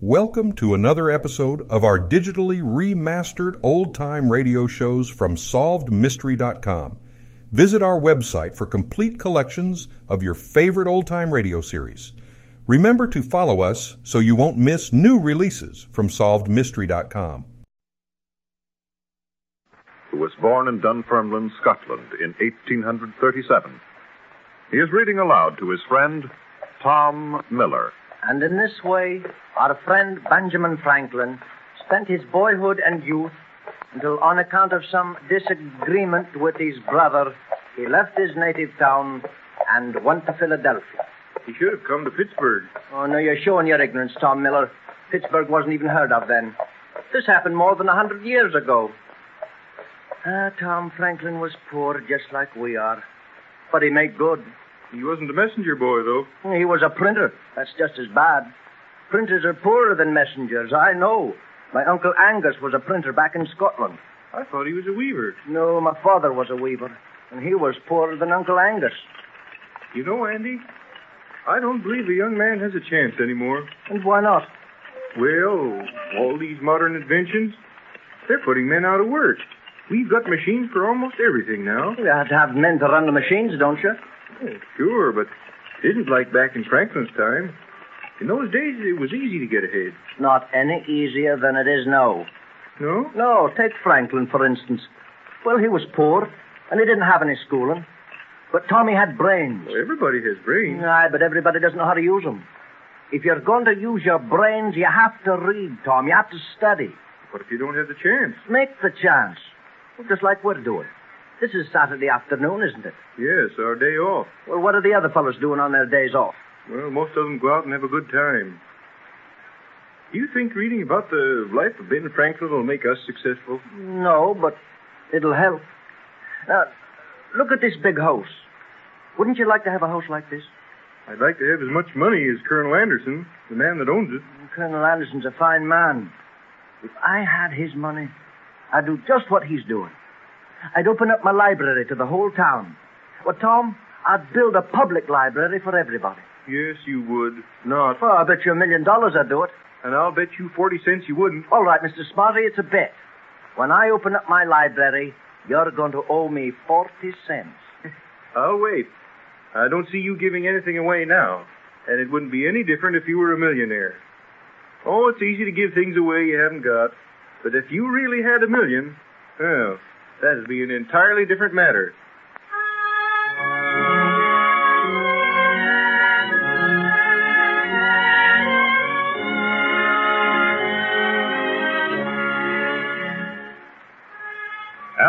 Welcome to another episode of our digitally remastered old time radio shows from SolvedMystery.com. Visit our website for complete collections of your favorite old time radio series. Remember to follow us so you won't miss new releases from SolvedMystery.com. who was born in Dunfermline, Scotland, in 1837. He is reading aloud to his friend, Tom Miller. And in this way, our friend Benjamin Franklin spent his boyhood and youth until, on account of some disagreement with his brother, he left his native town and went to Philadelphia. He should have come to Pittsburgh. Oh, no, you're showing your ignorance, Tom Miller. Pittsburgh wasn't even heard of then. This happened more than a hundred years ago. Ah, Tom Franklin was poor, just like we are. But he made good. He wasn't a messenger boy, though. He was a printer. That's just as bad. Printers are poorer than messengers, I know. My uncle Angus was a printer back in Scotland. I thought he was a weaver. No, my father was a weaver, and he was poorer than Uncle Angus. You know, Andy, I don't believe a young man has a chance anymore. And why not? Well, all these modern inventions, they're putting men out of work. We've got machines for almost everything now. You have to have men to run the machines, don't you? Oh, sure, but it isn't like back in Franklin's time. In those days, it was easy to get ahead. Not any easier than it is now. No? No, take Franklin, for instance. Well, he was poor, and he didn't have any schooling. But Tommy had brains. Well, everybody has brains. Aye, but everybody doesn't know how to use them. If you're going to use your brains, you have to read, Tom. You have to study. What if you don't have the chance? Make the chance. Well, just like we're doing. This is Saturday afternoon, isn't it? Yes, our day off. Well, what are the other fellows doing on their days off? Well, most of them go out and have a good time. Do you think reading about the life of Ben Franklin will make us successful? No, but it'll help. Now, look at this big house. Wouldn't you like to have a house like this? I'd like to have as much money as Colonel Anderson, the man that owns it. Colonel Anderson's a fine man. If I had his money, I'd do just what he's doing. I'd open up my library to the whole town. Well, Tom, I'd build a public library for everybody. Yes, you would. Not. Well, I bet you a million dollars I'd do it. And I'll bet you 40 cents you wouldn't. All right, Mr. Smarty, it's a bet. When I open up my library, you're going to owe me 40 cents. I'll wait. I don't see you giving anything away now. And it wouldn't be any different if you were a millionaire. Oh, it's easy to give things away you haven't got. But if you really had a million, well, that'd be an entirely different matter.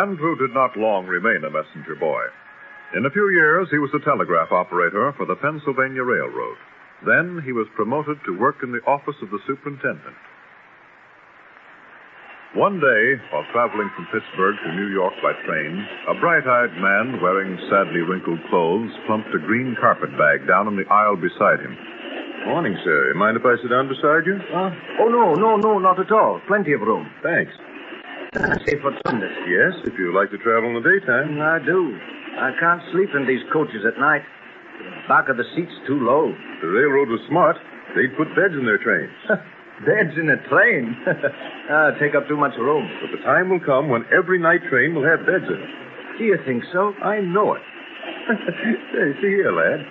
Andrew did not long remain a messenger boy. In a few years, he was a telegraph operator for the Pennsylvania Railroad. Then he was promoted to work in the office of the superintendent. One day, while traveling from Pittsburgh to New York by train, a bright eyed man wearing sadly wrinkled clothes plumped a green carpet bag down in the aisle beside him. Morning, sir. You mind if I sit down beside you? oh, no, no, no, not at all. Plenty of room. Thanks. Say for Sunday. Yes, if you like to travel in the daytime. I do. I can't sleep in these coaches at night. The back of the seat's too low. The railroad was smart. They'd put beds in their trains. Beds in a train. ah, take up too much room. But the time will come when every night train will have beds in it. Do you think so? I know it. Say, see here, lad.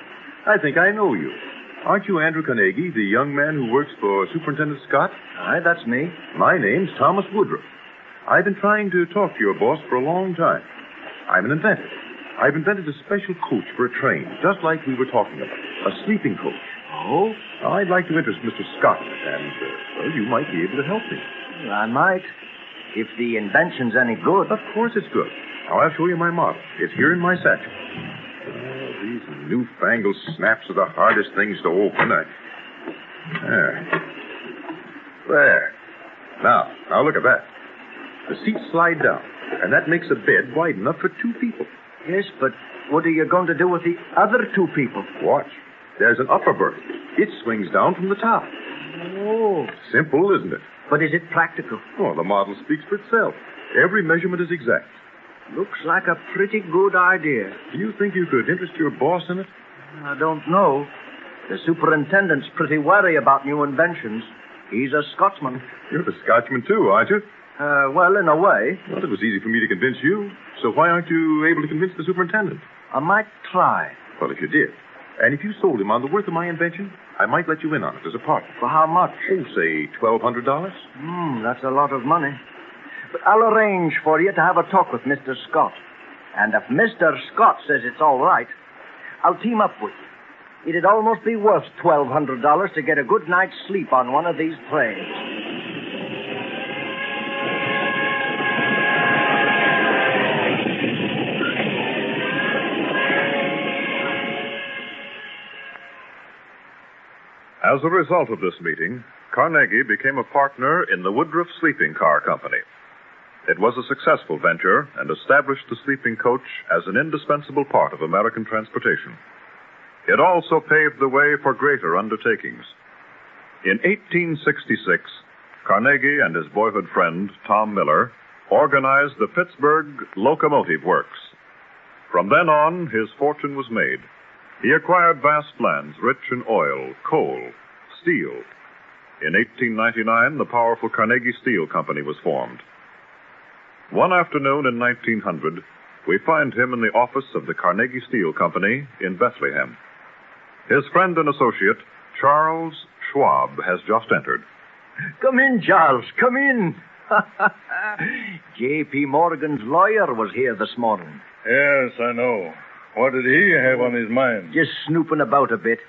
I think I know you. Aren't you Andrew Carnegie, the young man who works for Superintendent Scott? Aye, that's me. My name's Thomas Woodruff. I've been trying to talk to your boss for a long time. I'm an inventor. I've invented a special coach for a train, just like we were talking about. A sleeping coach. Oh? I'd like to interest Mr. Scott, and, uh, well, you might be able to help me. I might. If the invention's any good. Of course it's good. Now, I'll show you my model. It's here in my satchel. Oh, these newfangled snaps are the hardest things to open. I... There. There. Now, now look at that. The seats slide down, and that makes a bed wide enough for two people. Yes, but what are you going to do with the other two people? Watch. There's an upper berth. It swings down from the top. Oh. Simple, isn't it? But is it practical? Well, the model speaks for itself. Every measurement is exact. Looks like a pretty good idea. Do you think you could interest your boss in it? I don't know. The superintendent's pretty wary about new inventions. He's a Scotsman. You're a Scotchman, too, aren't you? Uh, well, in a way. Well, it was easy for me to convince you. So why aren't you able to convince the superintendent? I might try. Well, if you did, and if you sold him on the worth of my invention, I might let you in on it as a partner. For how much? Oh, say $1,200? Hmm, that's a lot of money. But I'll arrange for you to have a talk with Mr. Scott. And if Mr. Scott says it's all right, I'll team up with you. It'd almost be worth $1,200 to get a good night's sleep on one of these planes. As a result of this meeting, Carnegie became a partner in the Woodruff Sleeping Car Company. It was a successful venture and established the sleeping coach as an indispensable part of American transportation. It also paved the way for greater undertakings. In 1866, Carnegie and his boyhood friend, Tom Miller, organized the Pittsburgh Locomotive Works. From then on, his fortune was made. He acquired vast lands rich in oil, coal, steel. In 1899, the powerful Carnegie Steel Company was formed. One afternoon in 1900, we find him in the office of the Carnegie Steel Company in Bethlehem. His friend and associate, Charles Schwab, has just entered. Come in, Charles. Come in. J.P. Morgan's lawyer was here this morning. Yes, I know. What did he have on his mind? Just snooping about a bit.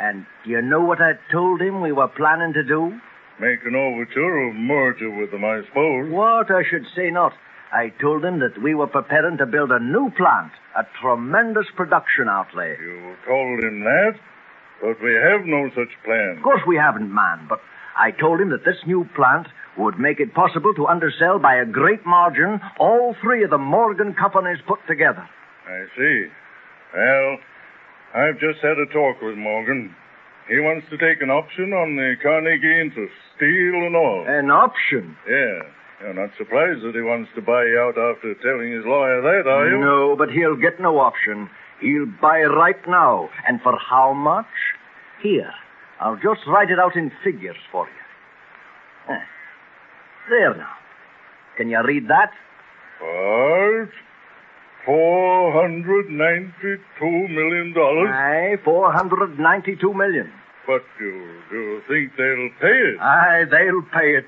And do you know what I told him we were planning to do? Make an overture or merger with them, I suppose. What? I should say not. I told him that we were preparing to build a new plant, a tremendous production outlay. You told him that, but we have no such plan. Of course we haven't, man, but I told him that this new plant would make it possible to undersell by a great margin all three of the Morgan companies put together. I see. Well, I've just had a talk with Morgan. He wants to take an option on the Carnegie interest, steel and all. An option? Yeah. You're not surprised that he wants to buy you out after telling his lawyer that, are you? No, but he'll get no option. He'll buy right now. And for how much? Here. I'll just write it out in figures for you. Huh. There now. Can you read that? What? Four hundred ninety-two million dollars. Aye, 492 million. But you you think they'll pay it? Aye, they'll pay it.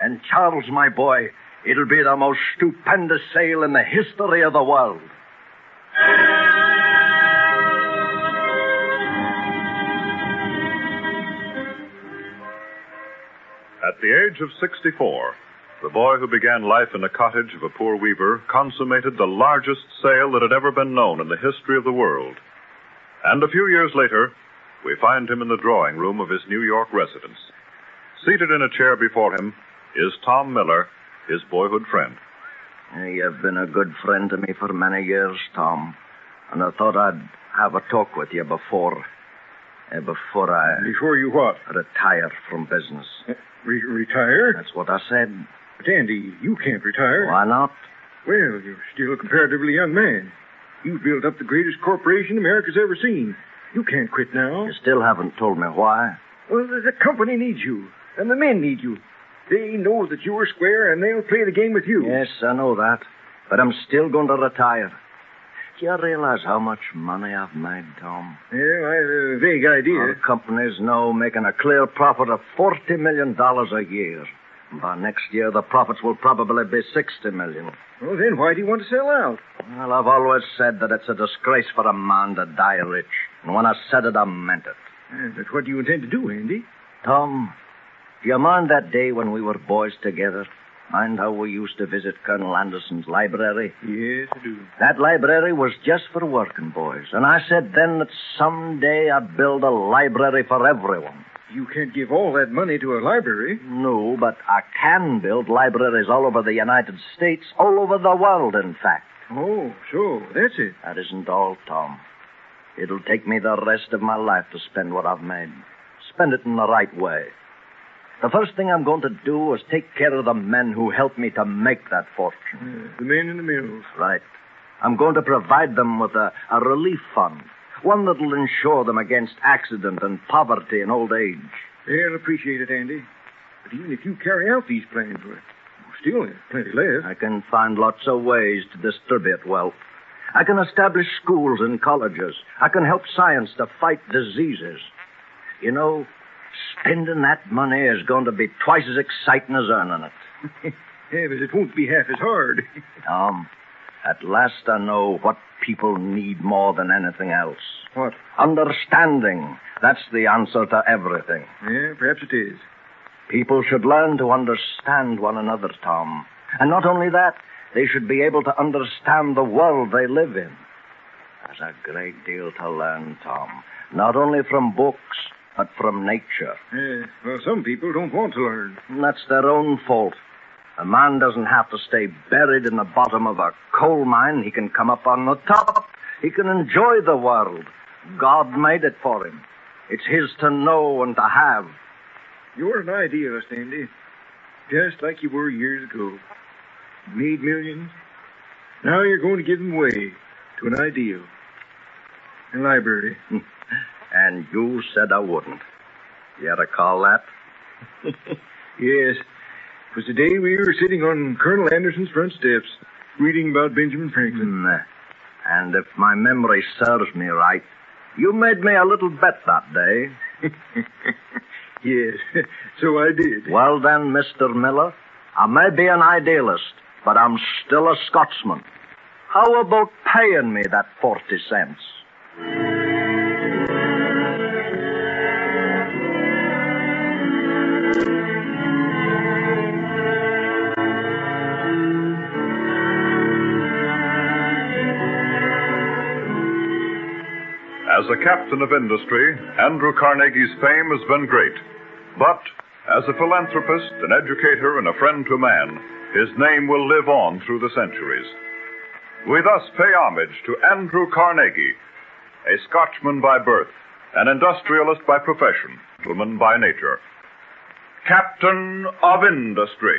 And Charles, my boy, it'll be the most stupendous sale in the history of the world. At the age of 64, the boy who began life in the cottage of a poor weaver consummated the largest sale that had ever been known in the history of the world. And a few years later, we find him in the drawing room of his New York residence. Seated in a chair before him is Tom Miller, his boyhood friend. You've been a good friend to me for many years, Tom. And I thought I'd have a talk with you before. eh, Before I Before you what? retire from business. Re- retire? That's what I said. But Andy, you can't retire. Why not? Well, you're still a comparatively young man. You've built up the greatest corporation America's ever seen. You can't quit now. You still haven't told me why. Well, the, the company needs you, and the men need you. They know that you are square, and they'll play the game with you. Yes, I know that. But I'm still going to retire. Do you realize how much money I've made, Tom? Yeah, I have a vague idea. Our company's now making a clear profit of $40 million a year. By next year, the profits will probably be $60 million. Well, then why do you want to sell out? Well, I've always said that it's a disgrace for a man to die rich. And when I said it, I meant it. Uh, But what do you intend to do, Andy? Tom, do you mind that day when we were boys together? Mind how we used to visit Colonel Anderson's library? Yes, I do. That library was just for working boys, and I said then that someday I'd build a library for everyone. You can't give all that money to a library. No, but I can build libraries all over the United States, all over the world, in fact. Oh, so that's it. That isn't all, Tom. It'll take me the rest of my life to spend what I've made. Spend it in the right way. The first thing I'm going to do is take care of the men who helped me to make that fortune. Uh, the men in the mills. Right. I'm going to provide them with a, a relief fund, one that'll insure them against accident and poverty and old age. They'll appreciate it, Andy. But even if you carry out these plans, well, still there's plenty left. I can find lots of ways to distribute wealth. I can establish schools and colleges. I can help science to fight diseases. You know, spending that money is going to be twice as exciting as earning it. Yeah, but it won't be half as hard. Tom, at last I know what people need more than anything else. What? Understanding. That's the answer to everything. Yeah, perhaps it is. People should learn to understand one another, Tom. And not only that, they should be able to understand the world they live in. There's a great deal to learn, Tom. Not only from books, but from nature. Yeah. Well, some people don't want to learn. And that's their own fault. A man doesn't have to stay buried in the bottom of a coal mine. He can come up on the top. He can enjoy the world. God made it for him. It's his to know and to have. You're an idealist, Andy. Just like you were years ago. You made millions. Now you're going to give them away to an ideal. A library. And you said I wouldn't. You recall that? Yes. It was the day we were sitting on Colonel Anderson's front steps, reading about Benjamin Franklin. Hmm. And if my memory serves me right, you made me a little bet that day. Yes. so I did. Well then, Mr. Miller, I may be an idealist, but I'm still a Scotsman. How about paying me that 40 cents? As a captain of industry, Andrew Carnegie's fame has been great. But as a philanthropist, an educator, and a friend to man, his name will live on through the centuries. We thus pay homage to Andrew Carnegie, a Scotchman by birth, an industrialist by profession, gentleman by nature. Captain of Industry.